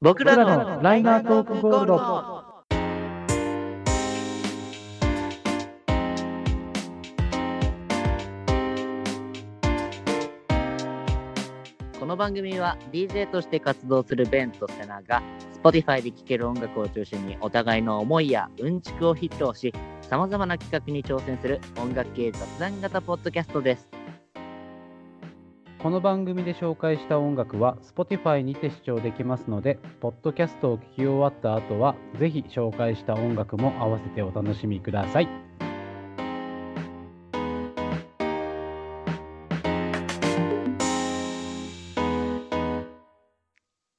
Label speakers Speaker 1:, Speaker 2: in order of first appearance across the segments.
Speaker 1: 僕
Speaker 2: らのライナートークゴールド
Speaker 1: この番組は DJ として活動するベンとセナが Spotify で聴ける音楽を中心にお互いの思いやうんちくを披露しさまざまな企画に挑戦する音楽系雑談型ポッドキャストです。
Speaker 2: この番組で紹介した音楽は Spotify にて視聴できますので、ポッドキャストを聞き終わった後は、ぜひ紹介した音楽も合わせてお楽しみください。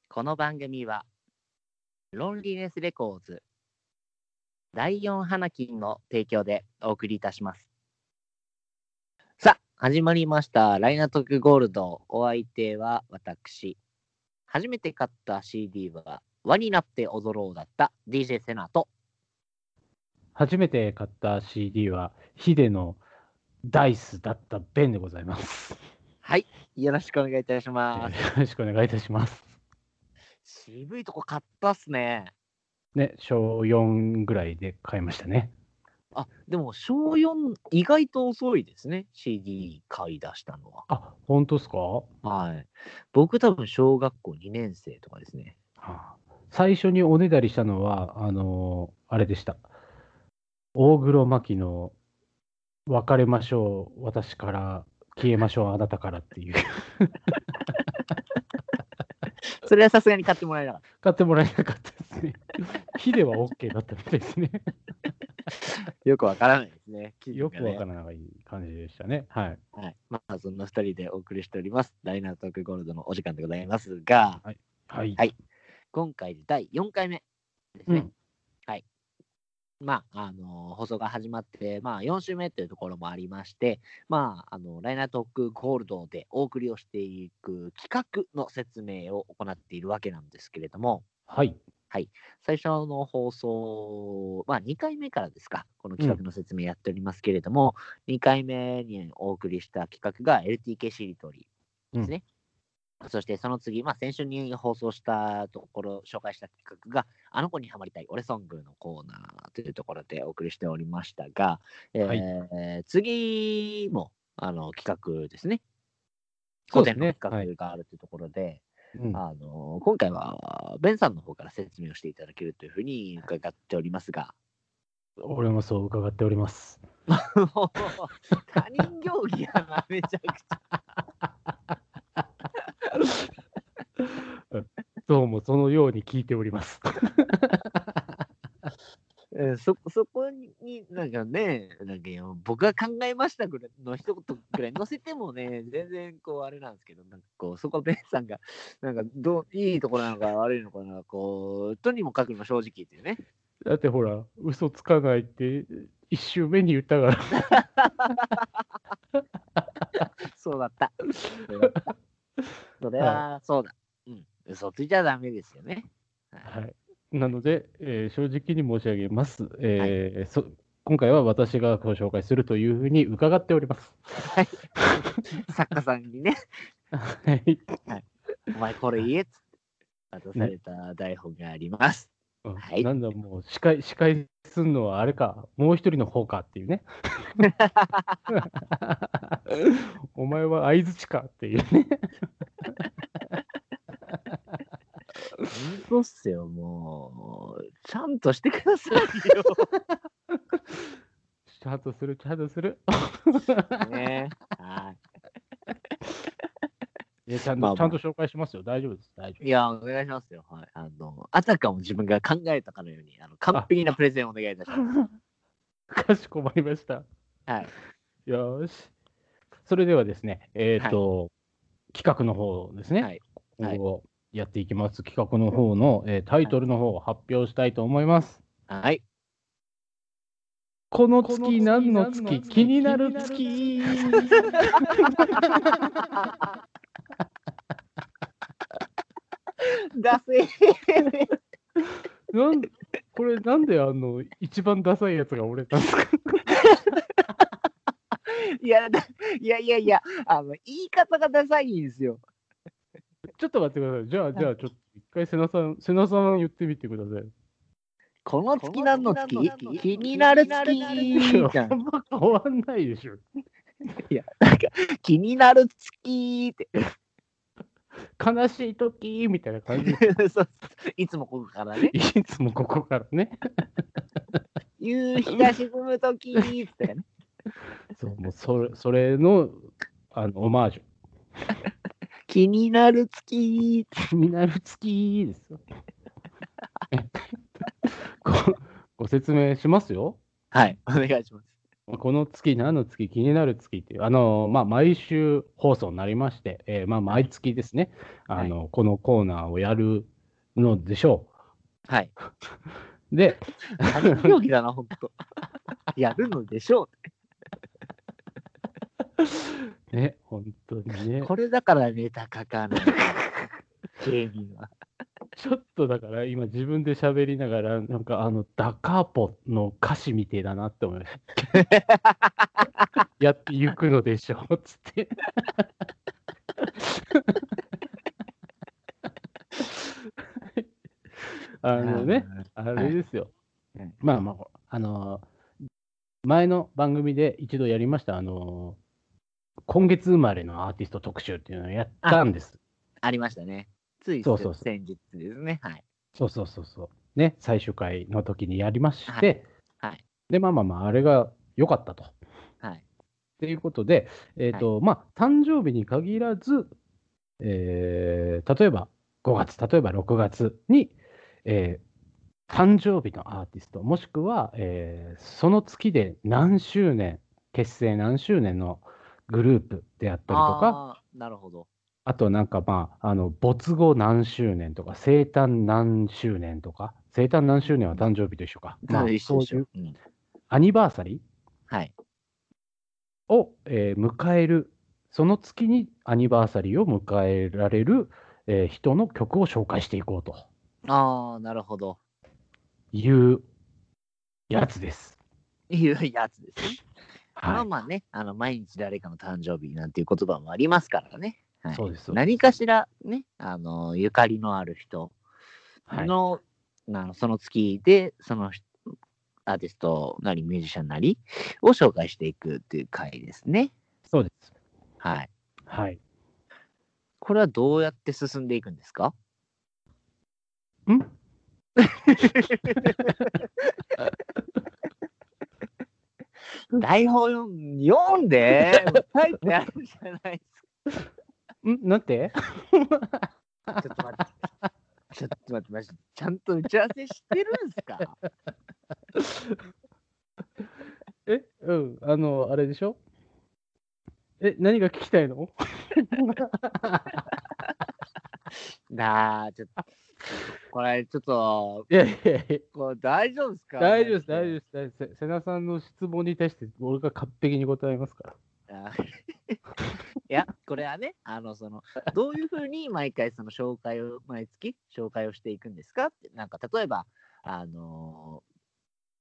Speaker 1: この番組はロンリネスレコーズ第4花金の提供でお送りいたしますさあ始まりましたライナートークゴールドお相手は私初めて買った CD は輪になって踊ろうだった DJ セナと
Speaker 2: 初めて買った CD は、ヒデのダイスだったベンでございます。
Speaker 1: はいよろしくお願いいたし
Speaker 2: よ
Speaker 1: ます
Speaker 2: ろしくお願いいたします。
Speaker 1: 渋いとこ買ったっすね
Speaker 2: ね、小4ぐらいで買いましたね。
Speaker 1: あでも小4意外と遅いですね CD 買い出したのは
Speaker 2: あ、本当ですか、
Speaker 1: はい僕多分小学校2年生とかですね
Speaker 2: はあ最初におねだりしたのは、あのーあれでした。大黒摩季の別れましょう、私から消えましょう、あなたからっていう。
Speaker 1: それはさすがに買ってもらえなかっ
Speaker 2: 買ってもらえなかったですね。 ヒデは OK だったみたい ですね。
Speaker 1: た。よくわからないですね。
Speaker 2: よくわから
Speaker 1: な
Speaker 2: らない感じでしたね。はい。
Speaker 1: い。はい、まあ、そんな二人でお送りしております。ライナートークゴールドのお時間でございますが、
Speaker 2: はい。
Speaker 1: はい今回で第4回目です
Speaker 2: う
Speaker 1: ね。
Speaker 2: ん。
Speaker 1: まあ、あの放送が始まって、まあ、4週目というところもありまして、まあ、あの、ライナートークゴールドでお送りをしていく企画の説明を行っているわけなんですけれども、
Speaker 2: はい。
Speaker 1: 最初の放送、まあ、2回目からですか、この企画の説明やっておりますけれども、2回目にお送りした企画が LTK しりとりですね。そしてその次、まあ、先週に放送したところ、紹介した企画が、あの子にはまりたい、俺ソングのコーナーというところでお送りしておりましたが、えー
Speaker 2: は
Speaker 1: 次もあの企画ですね。
Speaker 2: そうです
Speaker 1: 古典の
Speaker 2: ね
Speaker 1: 企画があるというところで、
Speaker 2: うん
Speaker 1: あの今回はベンさんの方から説明をしていただけるというふうに伺っておりますが
Speaker 2: 俺もそう伺っております。
Speaker 1: もう他人行儀やなめちゃくちゃ
Speaker 2: どうもそのように聞いております。
Speaker 1: えーそそこになんかねなんかいや僕が考えましたぐらいの一言ぐらい載せてもね全然こうあれなんですけどなんかこうそこはベンさんがなんかどういいところなのか悪いのかなこうとにもかくにも正直っていうね
Speaker 2: だってほら、嘘つかないって一周目に言ったから。
Speaker 1: そうだった。 それは、そうだ。うん。嘘ついちゃダメですよね。
Speaker 2: はい、なので、えー正直に申し上げます、えーそ。今回は私がご紹介するというふうに伺っております。
Speaker 1: 作家さんにね、
Speaker 2: はい、
Speaker 1: お前これ言えっつって渡された台本があります。はい
Speaker 2: なんだもう司会、司会すんのはあれか、もう一人の方かってい うね。お前は相づちかっていうね。
Speaker 1: 本当っすよ、もう。ちゃんとしてくださいよ。
Speaker 2: ちゃんとする、ちゃんとする。
Speaker 1: ね。はい
Speaker 2: やちゃんと、
Speaker 1: まあまあ
Speaker 2: ちゃんと紹介しますよ。大丈夫です。大丈
Speaker 1: い。いや、お願いしますよ。はい。あの、あたかも自分が考えたかのように、あの完璧なプレゼンをお願いいたします。
Speaker 2: 夫。 かしこまりました。
Speaker 1: はい。
Speaker 2: よーし。それではですね、えっ、と、企画の方ですね。
Speaker 1: はい
Speaker 2: 今後やっていきます企画の方の、えータイトルの方を発表したいと思います。
Speaker 1: はい。
Speaker 2: この
Speaker 3: この
Speaker 2: 月
Speaker 3: 月
Speaker 2: 何
Speaker 3: 何
Speaker 2: の
Speaker 3: の
Speaker 2: 月
Speaker 3: 月
Speaker 2: 気
Speaker 3: 気
Speaker 2: に
Speaker 3: に
Speaker 2: な
Speaker 3: な
Speaker 2: る
Speaker 3: る
Speaker 2: 月
Speaker 3: 月
Speaker 1: だせ
Speaker 2: なんこれなんであの一番ダサいやつが俺なんですか
Speaker 1: いや、だいやいやいや、あの、言い方がダサいんですよ。
Speaker 2: ちょっと待ってください。じゃあじゃあちょっと一回瀬名さん、瀬名さん言ってみてください。
Speaker 1: この月何の月
Speaker 3: この月何の月
Speaker 1: 気になる月じゃ
Speaker 2: あ
Speaker 1: ん
Speaker 2: んま変わんないでしょ。
Speaker 1: 気になる月って。
Speaker 2: 悲しい時みたいな感じ。
Speaker 1: そういつもここからね。
Speaker 2: いつもここからね。
Speaker 1: 夕日が沈む時ってね。
Speaker 2: そう、もうそれそれのあのオマージュ。
Speaker 1: 気になる月
Speaker 2: 気になる月ですよ。 ごご説明しますよ。
Speaker 1: はい、お願いします。
Speaker 2: この月、何の月、気になる月っていう、あのまあ、毎週放送になりまして、えーまあ、毎月ですね、あのこのコーナーをやるのでしょ
Speaker 1: はい。
Speaker 2: う。で、
Speaker 1: 何競技だな、本当。 やるのでしょ
Speaker 2: ね、本当にね
Speaker 1: う。、これだからネタ書か ない。芸人は。
Speaker 2: ちょっとだから、今、自分で喋りながら、なんか、あの、ダカーポの歌詞みてえだなって思いました。 やっていくのでしょう、つって。 あのね、あれですよ。
Speaker 1: はいはい
Speaker 2: まあまあ、あのー前の番組で一度やりました、あのー今月生まれのアーティスト特集っていうのをやったんです。
Speaker 1: ありましたね。つい
Speaker 2: そうそうそう
Speaker 1: 先日ですね。はい。
Speaker 2: そうそうそうそう。ね、最終回の時にやりまして、
Speaker 1: はいはい
Speaker 2: で、まあまあまあ、あれが良かったと。
Speaker 1: はい。
Speaker 2: ということで、えっ、と、まあ、誕生日に限らず、えー例えば5月、例えば6月に、えー誕生日のアーティスト、もしくは、えーその月で何周年、結成何周年のグループであったりとか、
Speaker 1: あーなるほど。
Speaker 2: あとなんかまあ、あの、没後何周年とか、生誕何周年とか、生誕何周年は誕生日と一緒か。まあ、
Speaker 1: 一緒
Speaker 2: そう
Speaker 1: でし
Speaker 2: い
Speaker 1: ょ
Speaker 2: う
Speaker 1: うん
Speaker 2: アニバーサリー
Speaker 1: はい。
Speaker 2: を、えー迎える、その月にアニバーサリーを迎えられる、えー人の曲を紹介していこうと
Speaker 1: ああ、なるほど。
Speaker 2: いうやつです。
Speaker 1: いうやつですね。まあ
Speaker 2: は、
Speaker 1: まあね、あの毎日誰かの誕生日なんていう言葉もありますからね。はいい、
Speaker 2: そうです。
Speaker 1: 何かしらね、あのゆかりのある人
Speaker 2: はい
Speaker 1: の,、あのその月で、その人アーティストなりミュージシャンなりを紹介していくっていう回ですね。
Speaker 2: そうです。
Speaker 1: はい。
Speaker 2: はい。
Speaker 1: これはどうやって進んでいくんですか
Speaker 2: ん
Speaker 1: 台本読ん読んで書いてあるじゃないですか。
Speaker 2: んなんて
Speaker 1: ちょっと待って。ちょっと待って、マジでちゃんと打ち合わせしてるんですか
Speaker 2: えうん。あの、あれでしょえ、何が聞きたいの
Speaker 1: なあ、ちょっと、これ、ちょっと、
Speaker 2: いやいやいや、
Speaker 1: これ大丈夫ですか
Speaker 2: 大丈夫です、大丈
Speaker 1: 夫
Speaker 2: 夫です大丈夫です。瀬名さんの質問に対して、俺が完璧に答えますから。。
Speaker 1: あ いや、これはね、あの、そ の、どういうふうに毎回、その、紹介を、毎月、紹介をしていくんですかって、なんか、例えば、あの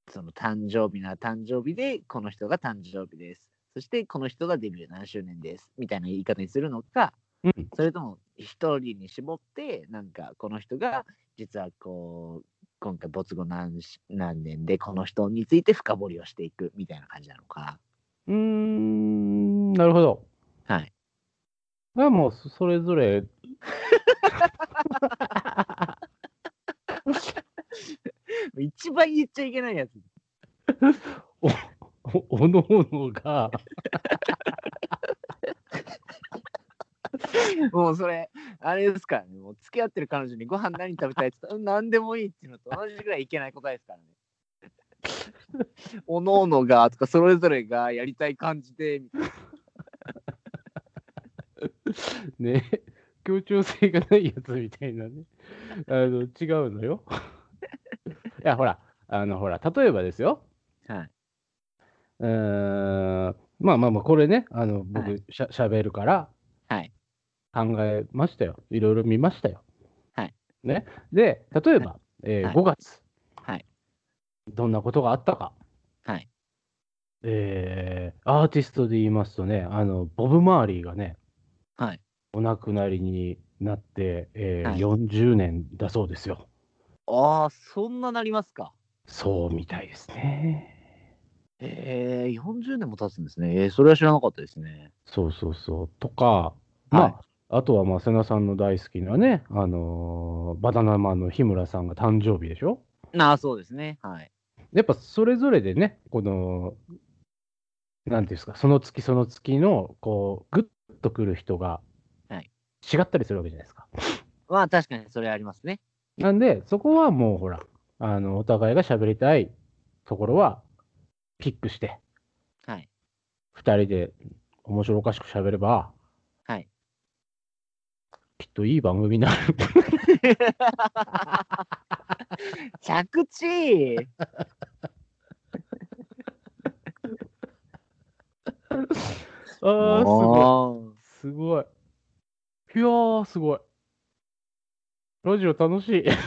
Speaker 1: ーその、誕生日な誕生日で、この人が誕生日です。そして、この人がデビュー何周年です。みたいな言い方にするのか、
Speaker 2: うん。
Speaker 1: それとも一人に絞ってなんかこの人が実はこう今回没後何し何年でこの人について深掘りをしていくみたいな感じなのか
Speaker 2: うーん、なるほど。
Speaker 1: はい
Speaker 2: まあもうそそれぞれ。
Speaker 1: 一番言っちゃいけないやつ
Speaker 2: おおのおのが、
Speaker 1: もうそれあれですからねもう付き合ってる彼女にご飯何食べたいって言ったらうん何でもいいっていうのと同じぐらいいけない答えですからね おのおのがとかそれぞれがやりたい感じでみたいな
Speaker 2: ね、 協調性がないやつみたいなね、あの違うのよ。 いや、ほら、あの、ほら、例えばですよ。
Speaker 1: はいう
Speaker 2: ーん、まあまあまあ、これね、あの
Speaker 1: は
Speaker 2: 僕しゃ、しゃべるから、
Speaker 1: はい
Speaker 2: 考えましたよ。いろいろ見ましたよ。
Speaker 1: はい。
Speaker 2: ね、で、例えば、えー
Speaker 1: はい
Speaker 2: 5月、
Speaker 1: はい
Speaker 2: どんなことがあったか。
Speaker 1: はい
Speaker 2: えーアーティストで言いますとね、あのボブ・マーリーがね、
Speaker 1: はい
Speaker 2: お亡くなりになって、えー
Speaker 1: はい
Speaker 2: 40年だそうですよ。
Speaker 1: ああ、そんななりますか。
Speaker 2: そうみたいですね。
Speaker 1: ええー、40年も経つんですね。えー、それは知らなかったですね。
Speaker 2: そうそうそう。とか、まあ、
Speaker 1: はい
Speaker 2: あとは、まあ、瀬名さんの大好きなね、あのーバナナマンの日村さんが誕生日でしょ
Speaker 1: なあ、そうですね。はい。
Speaker 2: やっぱそれぞれでね、この、なんていうんですか、その月その月の、こう、ぐっとくる人が、
Speaker 1: はい
Speaker 2: 違ったりするわけじゃないですか。
Speaker 1: まあ、確かにそれありますね。
Speaker 2: なんで、そこはもうほら、あの、お互いが喋りたいところは、ピックして、
Speaker 1: はい。
Speaker 2: 二人で面白おかしく喋れば、
Speaker 1: はい。
Speaker 2: きっといい番組になる。
Speaker 1: 着地
Speaker 2: ああ、すごい。
Speaker 1: おー
Speaker 2: すごい。いやー、すごい。ラジオ楽しい。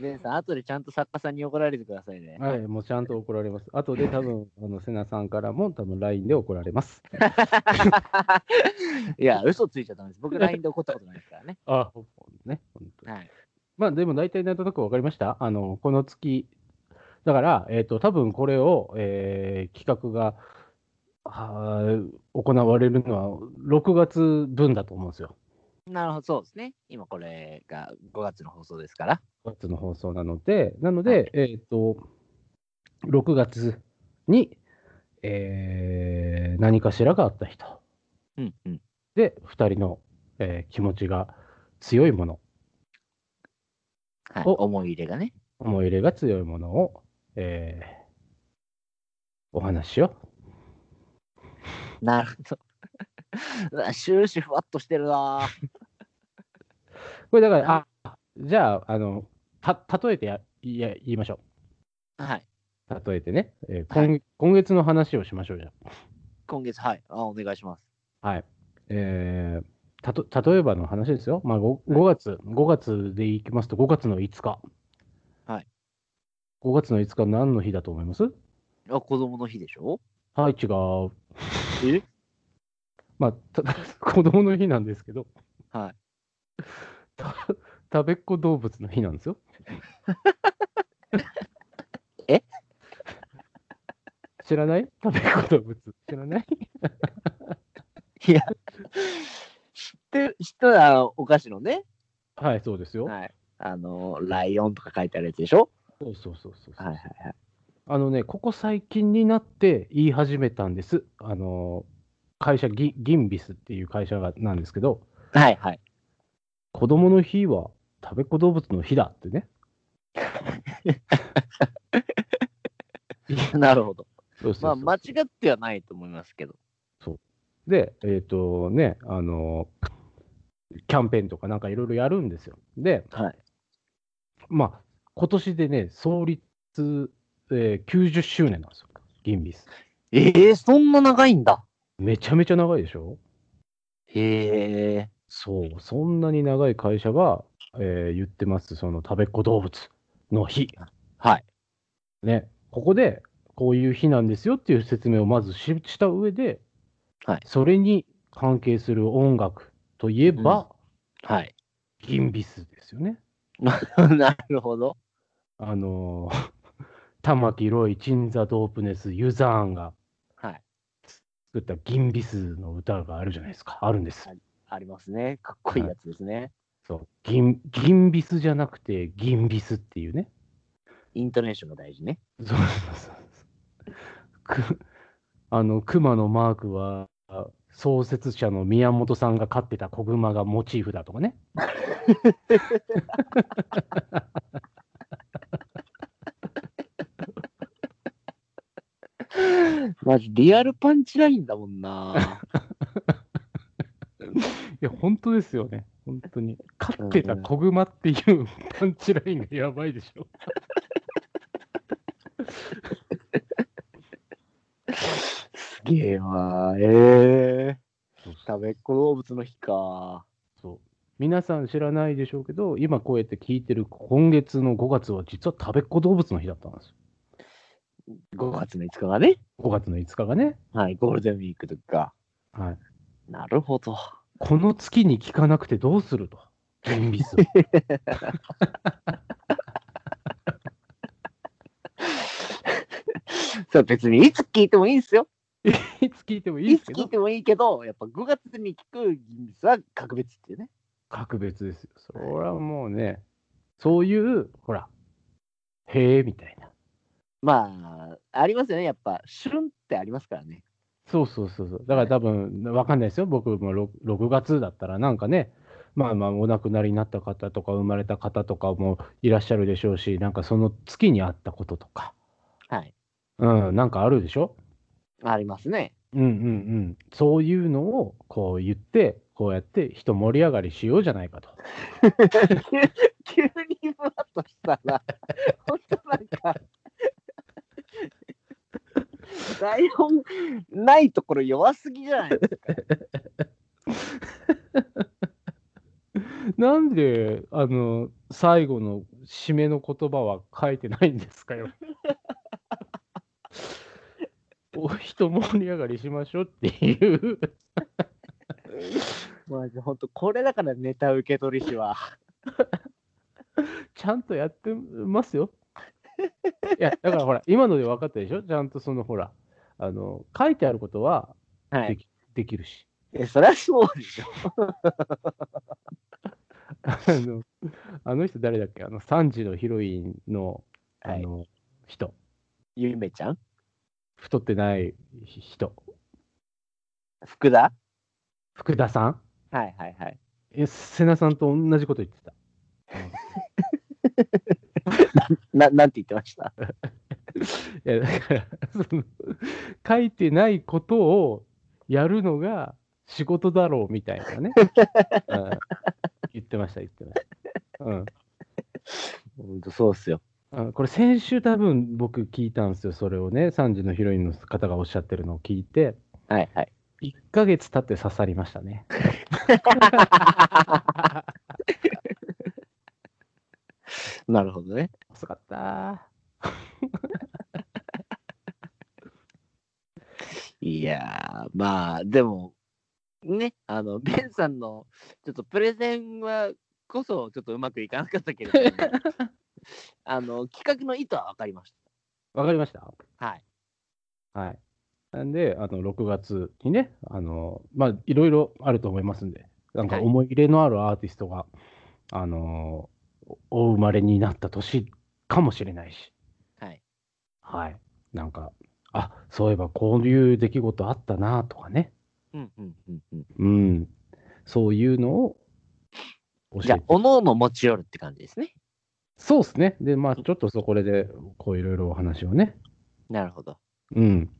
Speaker 1: ベンさん、後でちゃんと作家さんに怒られてくださいね。
Speaker 2: はい、もうちゃんと怒られます。あとで多分、あの、瀬名さんからも多分 LINE で怒られます。
Speaker 1: いや、嘘ついちゃダメです。僕、LINE で怒ったことないですから ね。
Speaker 2: あ、ね、本当に。
Speaker 1: はい。
Speaker 2: まあ、でも大体なんとなく分かりましたあの、この月。だから、えっ、と、多分これを、えー企画が、あー行われるのは6月分だと思うんですよ。
Speaker 1: なるほど、そうですね。今、これが5月の放送ですから。
Speaker 2: 6月の放送なので、なので、
Speaker 1: はい
Speaker 2: えっ、と、6月に、えー何かしらがあった人。
Speaker 1: うんうん。
Speaker 2: で、2人の、えー気持ちが強いもの、
Speaker 1: はい、
Speaker 2: お
Speaker 1: 思い入れがね。
Speaker 2: 思い入れが強いものを、えーお話しよ
Speaker 1: なるほど。 うわ終始ふわっとしてるなぁ。
Speaker 2: う。これだから、あじゃあ、あのた例えてやいや言いましょ
Speaker 1: はい。
Speaker 2: う。例えてね、えー
Speaker 1: は
Speaker 2: 今今月の話をしましょうじゃ
Speaker 1: 今月、はい。あお願いします。
Speaker 2: あはい。えーたと例えばの話ですよ、まあ5、5月、5月でいきますと、5月の5日。
Speaker 1: はい。
Speaker 2: 5月の5日、何の日だと思います
Speaker 1: あ、子供の日でしょ
Speaker 2: はい、違う。
Speaker 1: え
Speaker 2: まあ、た 子供の日なんですけど、
Speaker 1: はい。
Speaker 2: た食べっ子動物の日なんですよ。
Speaker 1: え
Speaker 2: 知らない食べっ子動物。知らない
Speaker 1: 知ってる人はお菓子のね、
Speaker 2: はい、そうですよ。
Speaker 1: はい。あの、ライオンとか書いてあるやつでしょ
Speaker 2: そうそうそうそうそう
Speaker 1: はいはいはい。
Speaker 2: あのね、ここ最近になって言い始めたんです。あの会社ギ、ギンビスっていう会社がなんですけど、
Speaker 1: はいはい。
Speaker 2: 子供の日は食べっ子動物の日だってね。
Speaker 1: なるほど。
Speaker 2: そうそう
Speaker 1: まあ、
Speaker 2: そう
Speaker 1: 間違ってはないと思いますけど。
Speaker 2: で、えっ、とね、あのキャンペーンとかなんかいろいろやるんですよ。で、
Speaker 1: はい。
Speaker 2: まあ、今年でね、創立、えー90周年なんですよ、ギンビス。
Speaker 1: ええそんな長いんだ。
Speaker 2: めちゃめちゃ長いでしょ
Speaker 1: へえ。
Speaker 2: そう、そんなに長い会社が、えー言ってます、その食べっ子動物の日。
Speaker 1: はい。
Speaker 2: ね、ここで、こういう日なんですよっていう説明をまずしした上で、
Speaker 1: はい
Speaker 2: それに関係する音楽といえば、
Speaker 1: はい。
Speaker 2: ギンビスですよね。
Speaker 1: なるほど。
Speaker 2: あのー 玉木ロイ、チンザ・ドープネス、ユザーンが
Speaker 1: はい。
Speaker 2: 作ったギンビスの歌があるじゃないですか。あるんです。
Speaker 1: ありますね。かっこいいやつですね。
Speaker 2: そう。ギン、ギンビスじゃなくて、ギンビスっていうね。
Speaker 1: イントネーションが大事ね。
Speaker 2: そうそうそうそう。く、あの、熊のマークは、創設者の宮本さんが飼ってた子熊がモチーフだとかね。
Speaker 1: まじ、リアルパンチラインだもん な。
Speaker 2: いや、本当ですよね。本当に。飼ってた子熊っていうパンチラインがやばいでしょ。
Speaker 1: すげえわ。ええ食べっ子動物の日か。
Speaker 2: そう皆さん知らないでしょうけど、今こうやって聞いてる今月の5月は実は食べっ子動物の日だったんですよ。
Speaker 1: 5月の5日がね。
Speaker 2: 5月の5日がね。
Speaker 1: はい。ゴールデンウィークとか。
Speaker 2: はい、
Speaker 1: なるほど。
Speaker 2: この月に聞かなくてどうすると。ジンビスを
Speaker 1: そう別にいつ聞いてもいいんですよ。
Speaker 2: いつ聞いてもいい
Speaker 1: い
Speaker 2: です
Speaker 1: つ
Speaker 2: け
Speaker 1: 聞い
Speaker 2: ど、
Speaker 1: てもいいけど、やっぱ5月に聞くギミスは格別っていうね。
Speaker 2: 格別ですよ。それはもうね、そういう、ほら、へえみたいな。
Speaker 1: まあ、ありますよね。やっぱ、旬ってありますからね。
Speaker 2: そうそうそうそう。だから多分、わかんないですよ。僕も 6, 6月だったら、なんかね、まあまあ、お亡くなりになった方とか、生まれた方とかもいらっしゃるでしょうし、なんかその月にあったこととか、
Speaker 1: はい。
Speaker 2: うん、なんかあるでしょ
Speaker 1: ありますね。
Speaker 2: うんうんうん。そういうのを、こう言って、こうやって、人盛り上がりしようじゃないかと。
Speaker 1: 急にふわっとしたら、 本当なんか、 台本ないところ弱すぎじゃないですか。
Speaker 2: なんで、あの、最後の締めの言葉は書いてないんですかよ。お人盛り上がりしましょうっていう。
Speaker 1: まあ、 本当これだからネタ受け取り師は。
Speaker 2: ちゃんとやってますよ。いや、だからほら、今ので分かったでしょちゃんとそのほら、あの、書いてあることは
Speaker 1: は
Speaker 2: で
Speaker 1: い。
Speaker 2: き,、できるし。
Speaker 1: え、そりゃそうでしょ。
Speaker 2: あの、あの人誰だっけあの、3時のヒロインの、あの、人。
Speaker 1: ゆめちゃん
Speaker 2: 太ってない人。
Speaker 1: 福田
Speaker 2: 福田さん
Speaker 1: はいはいはい。
Speaker 2: え、瀬名さんと同じこと言ってた。
Speaker 1: ななんて言ってました
Speaker 2: いや、だから、 その、書いてないことをやるのが仕事だろうみたいなね。うん言ってました、言ってました。うん。
Speaker 1: 本当そうっすよ。
Speaker 2: あこれ先週多分僕聞いたんですよ、それをね、3時のヒロインの方がおっしゃってるのを聞いて、
Speaker 1: はいはい。
Speaker 2: 1ヶ月経って刺さりましたね。
Speaker 1: なるほどね。
Speaker 2: 遅かった
Speaker 1: いやー、まあ、でも、ね、あの、ベンさんの、ちょっとプレゼンは、こそ、ちょっとうまくいかなかったけれど も、あの、企画の意図は分かりまし
Speaker 2: わかりました
Speaker 1: た。はい。
Speaker 2: はい。なんで、あの、6月にね、あの、まあ、いろいろあると思いますんで、なんか
Speaker 1: はい
Speaker 2: 思い入れのあるアーティストが、あの、おお生まれになった年かもしれないし、
Speaker 1: はい。
Speaker 2: はい。なんか、あ、そういえばこういう出来事あったなとかね、
Speaker 1: うんうんうんうん。
Speaker 2: うん。そういうのを教えて
Speaker 1: じゃあ、おのおの持ち寄るって感じですね。
Speaker 2: そうですね。で、まあ、ちょっとそこで、こう、いろいろお話をね、
Speaker 1: なるほど。
Speaker 2: うん。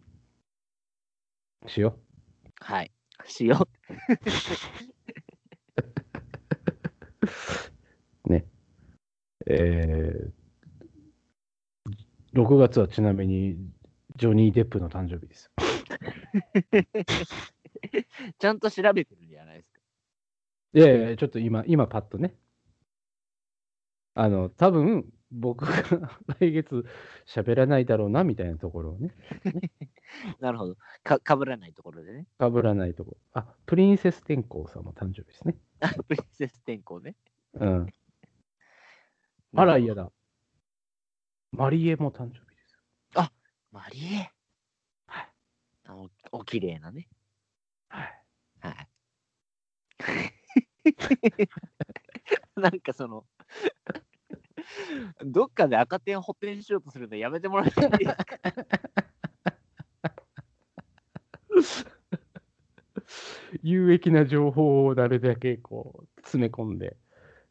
Speaker 2: しよ
Speaker 1: はい。しよ
Speaker 2: う。えー、6月はちなみに、ジョニー・デップの誕生日です。
Speaker 1: う。ちゃんと調べてるじゃないですか。
Speaker 2: いやいや、ちょっと今、今、パッとね。あの、多分、僕が 来月喋らないだろうな、みたいなところをね、
Speaker 1: なるほど。かかぶらないところでね。
Speaker 2: かぶらないところ。あ、プリンセス天功さんも誕生日ですね。
Speaker 1: プリンセス天候ね。
Speaker 2: うん。あら、嫌だ。マリエも誕生日です。
Speaker 1: マリエ。はい。あのおお綺麗なね。
Speaker 2: はい。
Speaker 1: はい。 なんかその、どっかで赤点を補填しようとするのやめてもらってい いですか
Speaker 2: 有益な情報をなるだけこう詰め込んで、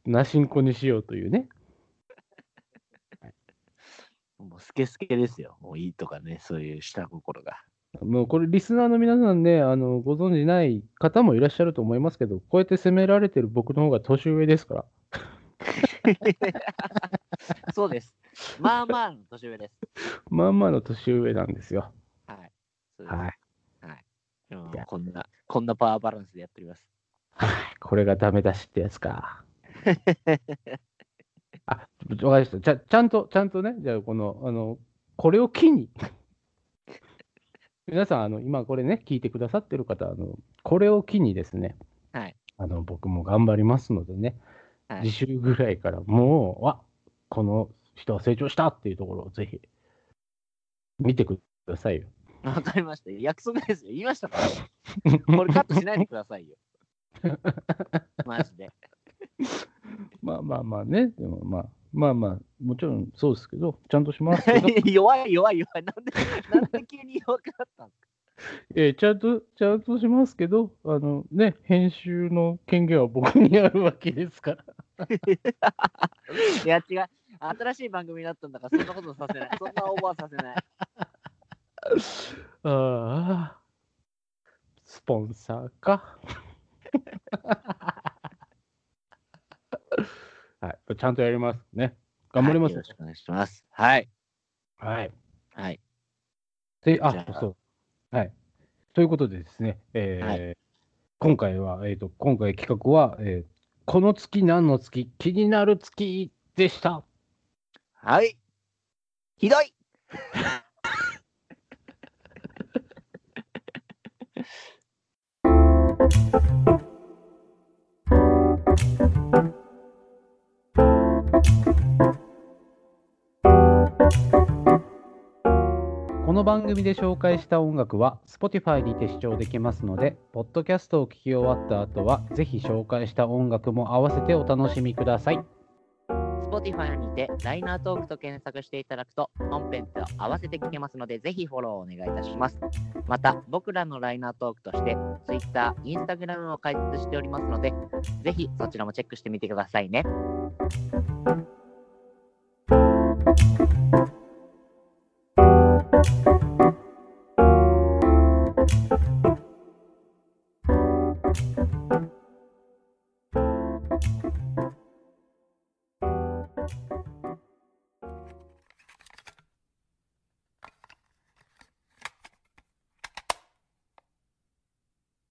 Speaker 2: なしんこにしようというね。
Speaker 1: もうスケスケですよ。もういいとかね、そういう下心が。
Speaker 2: もうこれ、リスナーの皆さんね、あのご存じない方もいらっしゃると思いますけど、こうやって責められてる僕の方が年上ですから、
Speaker 1: そうです。まあまあの年上です。
Speaker 2: まあまあの年上なんですよ。
Speaker 1: はい。そうです
Speaker 2: はい。
Speaker 1: うん
Speaker 2: いや
Speaker 1: こんな、こんなパワーバランスでやっております。
Speaker 2: これがダメ出しってやつか。あ、わかりました。ちゃちゃんと、ちゃんとね、じゃあ、この、あの、これを機に、 皆さん、あの今これね、聞いてくださってる方、あのこれを機にですね、
Speaker 1: はい
Speaker 2: あの僕も頑張りますのでね、
Speaker 1: はい
Speaker 2: 次週ぐらいからもう、わこの人は成長したっていうところをぜひ見てくださいよ。
Speaker 1: わかりました。約束ですよ。言いました から。これカットしないでくださ いよ。マジで。
Speaker 2: まあまあまあね、でもまあまあまあ、もちろんそうですけど、ちゃんとしますけど、
Speaker 1: 弱い弱い弱い。なんで、なんで急に弱くなったんです
Speaker 2: えーちゃんと、ちゃんとしますけど、あのね、編集の権限は僕にあるわけですから。
Speaker 1: かいや、違う。新しい番組になったんだから、そんなことさ せない。そんなオーバーさせない。
Speaker 2: ああ、スポンサーか。 はい、ちゃんとやりますね。頑張ります
Speaker 1: はいよろ。しくお願いします。はい。
Speaker 2: はい。
Speaker 1: はい。
Speaker 2: で、
Speaker 1: じゃ
Speaker 2: あ、
Speaker 1: あ
Speaker 2: そう。はい。ということでですね、えー今回は、えっ、と、今回企画は、えーこの月何の月気になる月でした。
Speaker 1: はい。ひどい
Speaker 2: この番組で紹介した音楽は Spotify にて視聴できますので、ポッドキャストを聞き終わった後は、ぜひ紹介した音楽も合わせてお楽しみください。
Speaker 1: Spotify にて、ライナートークと検索していただくと、本編と合わせて聞けますので、ぜひフォローお願いいたします。また、僕らのライナートークとして、Twitter、Instagram を開設しておりますので、ぜひそちらもチェックしてみてくださいね。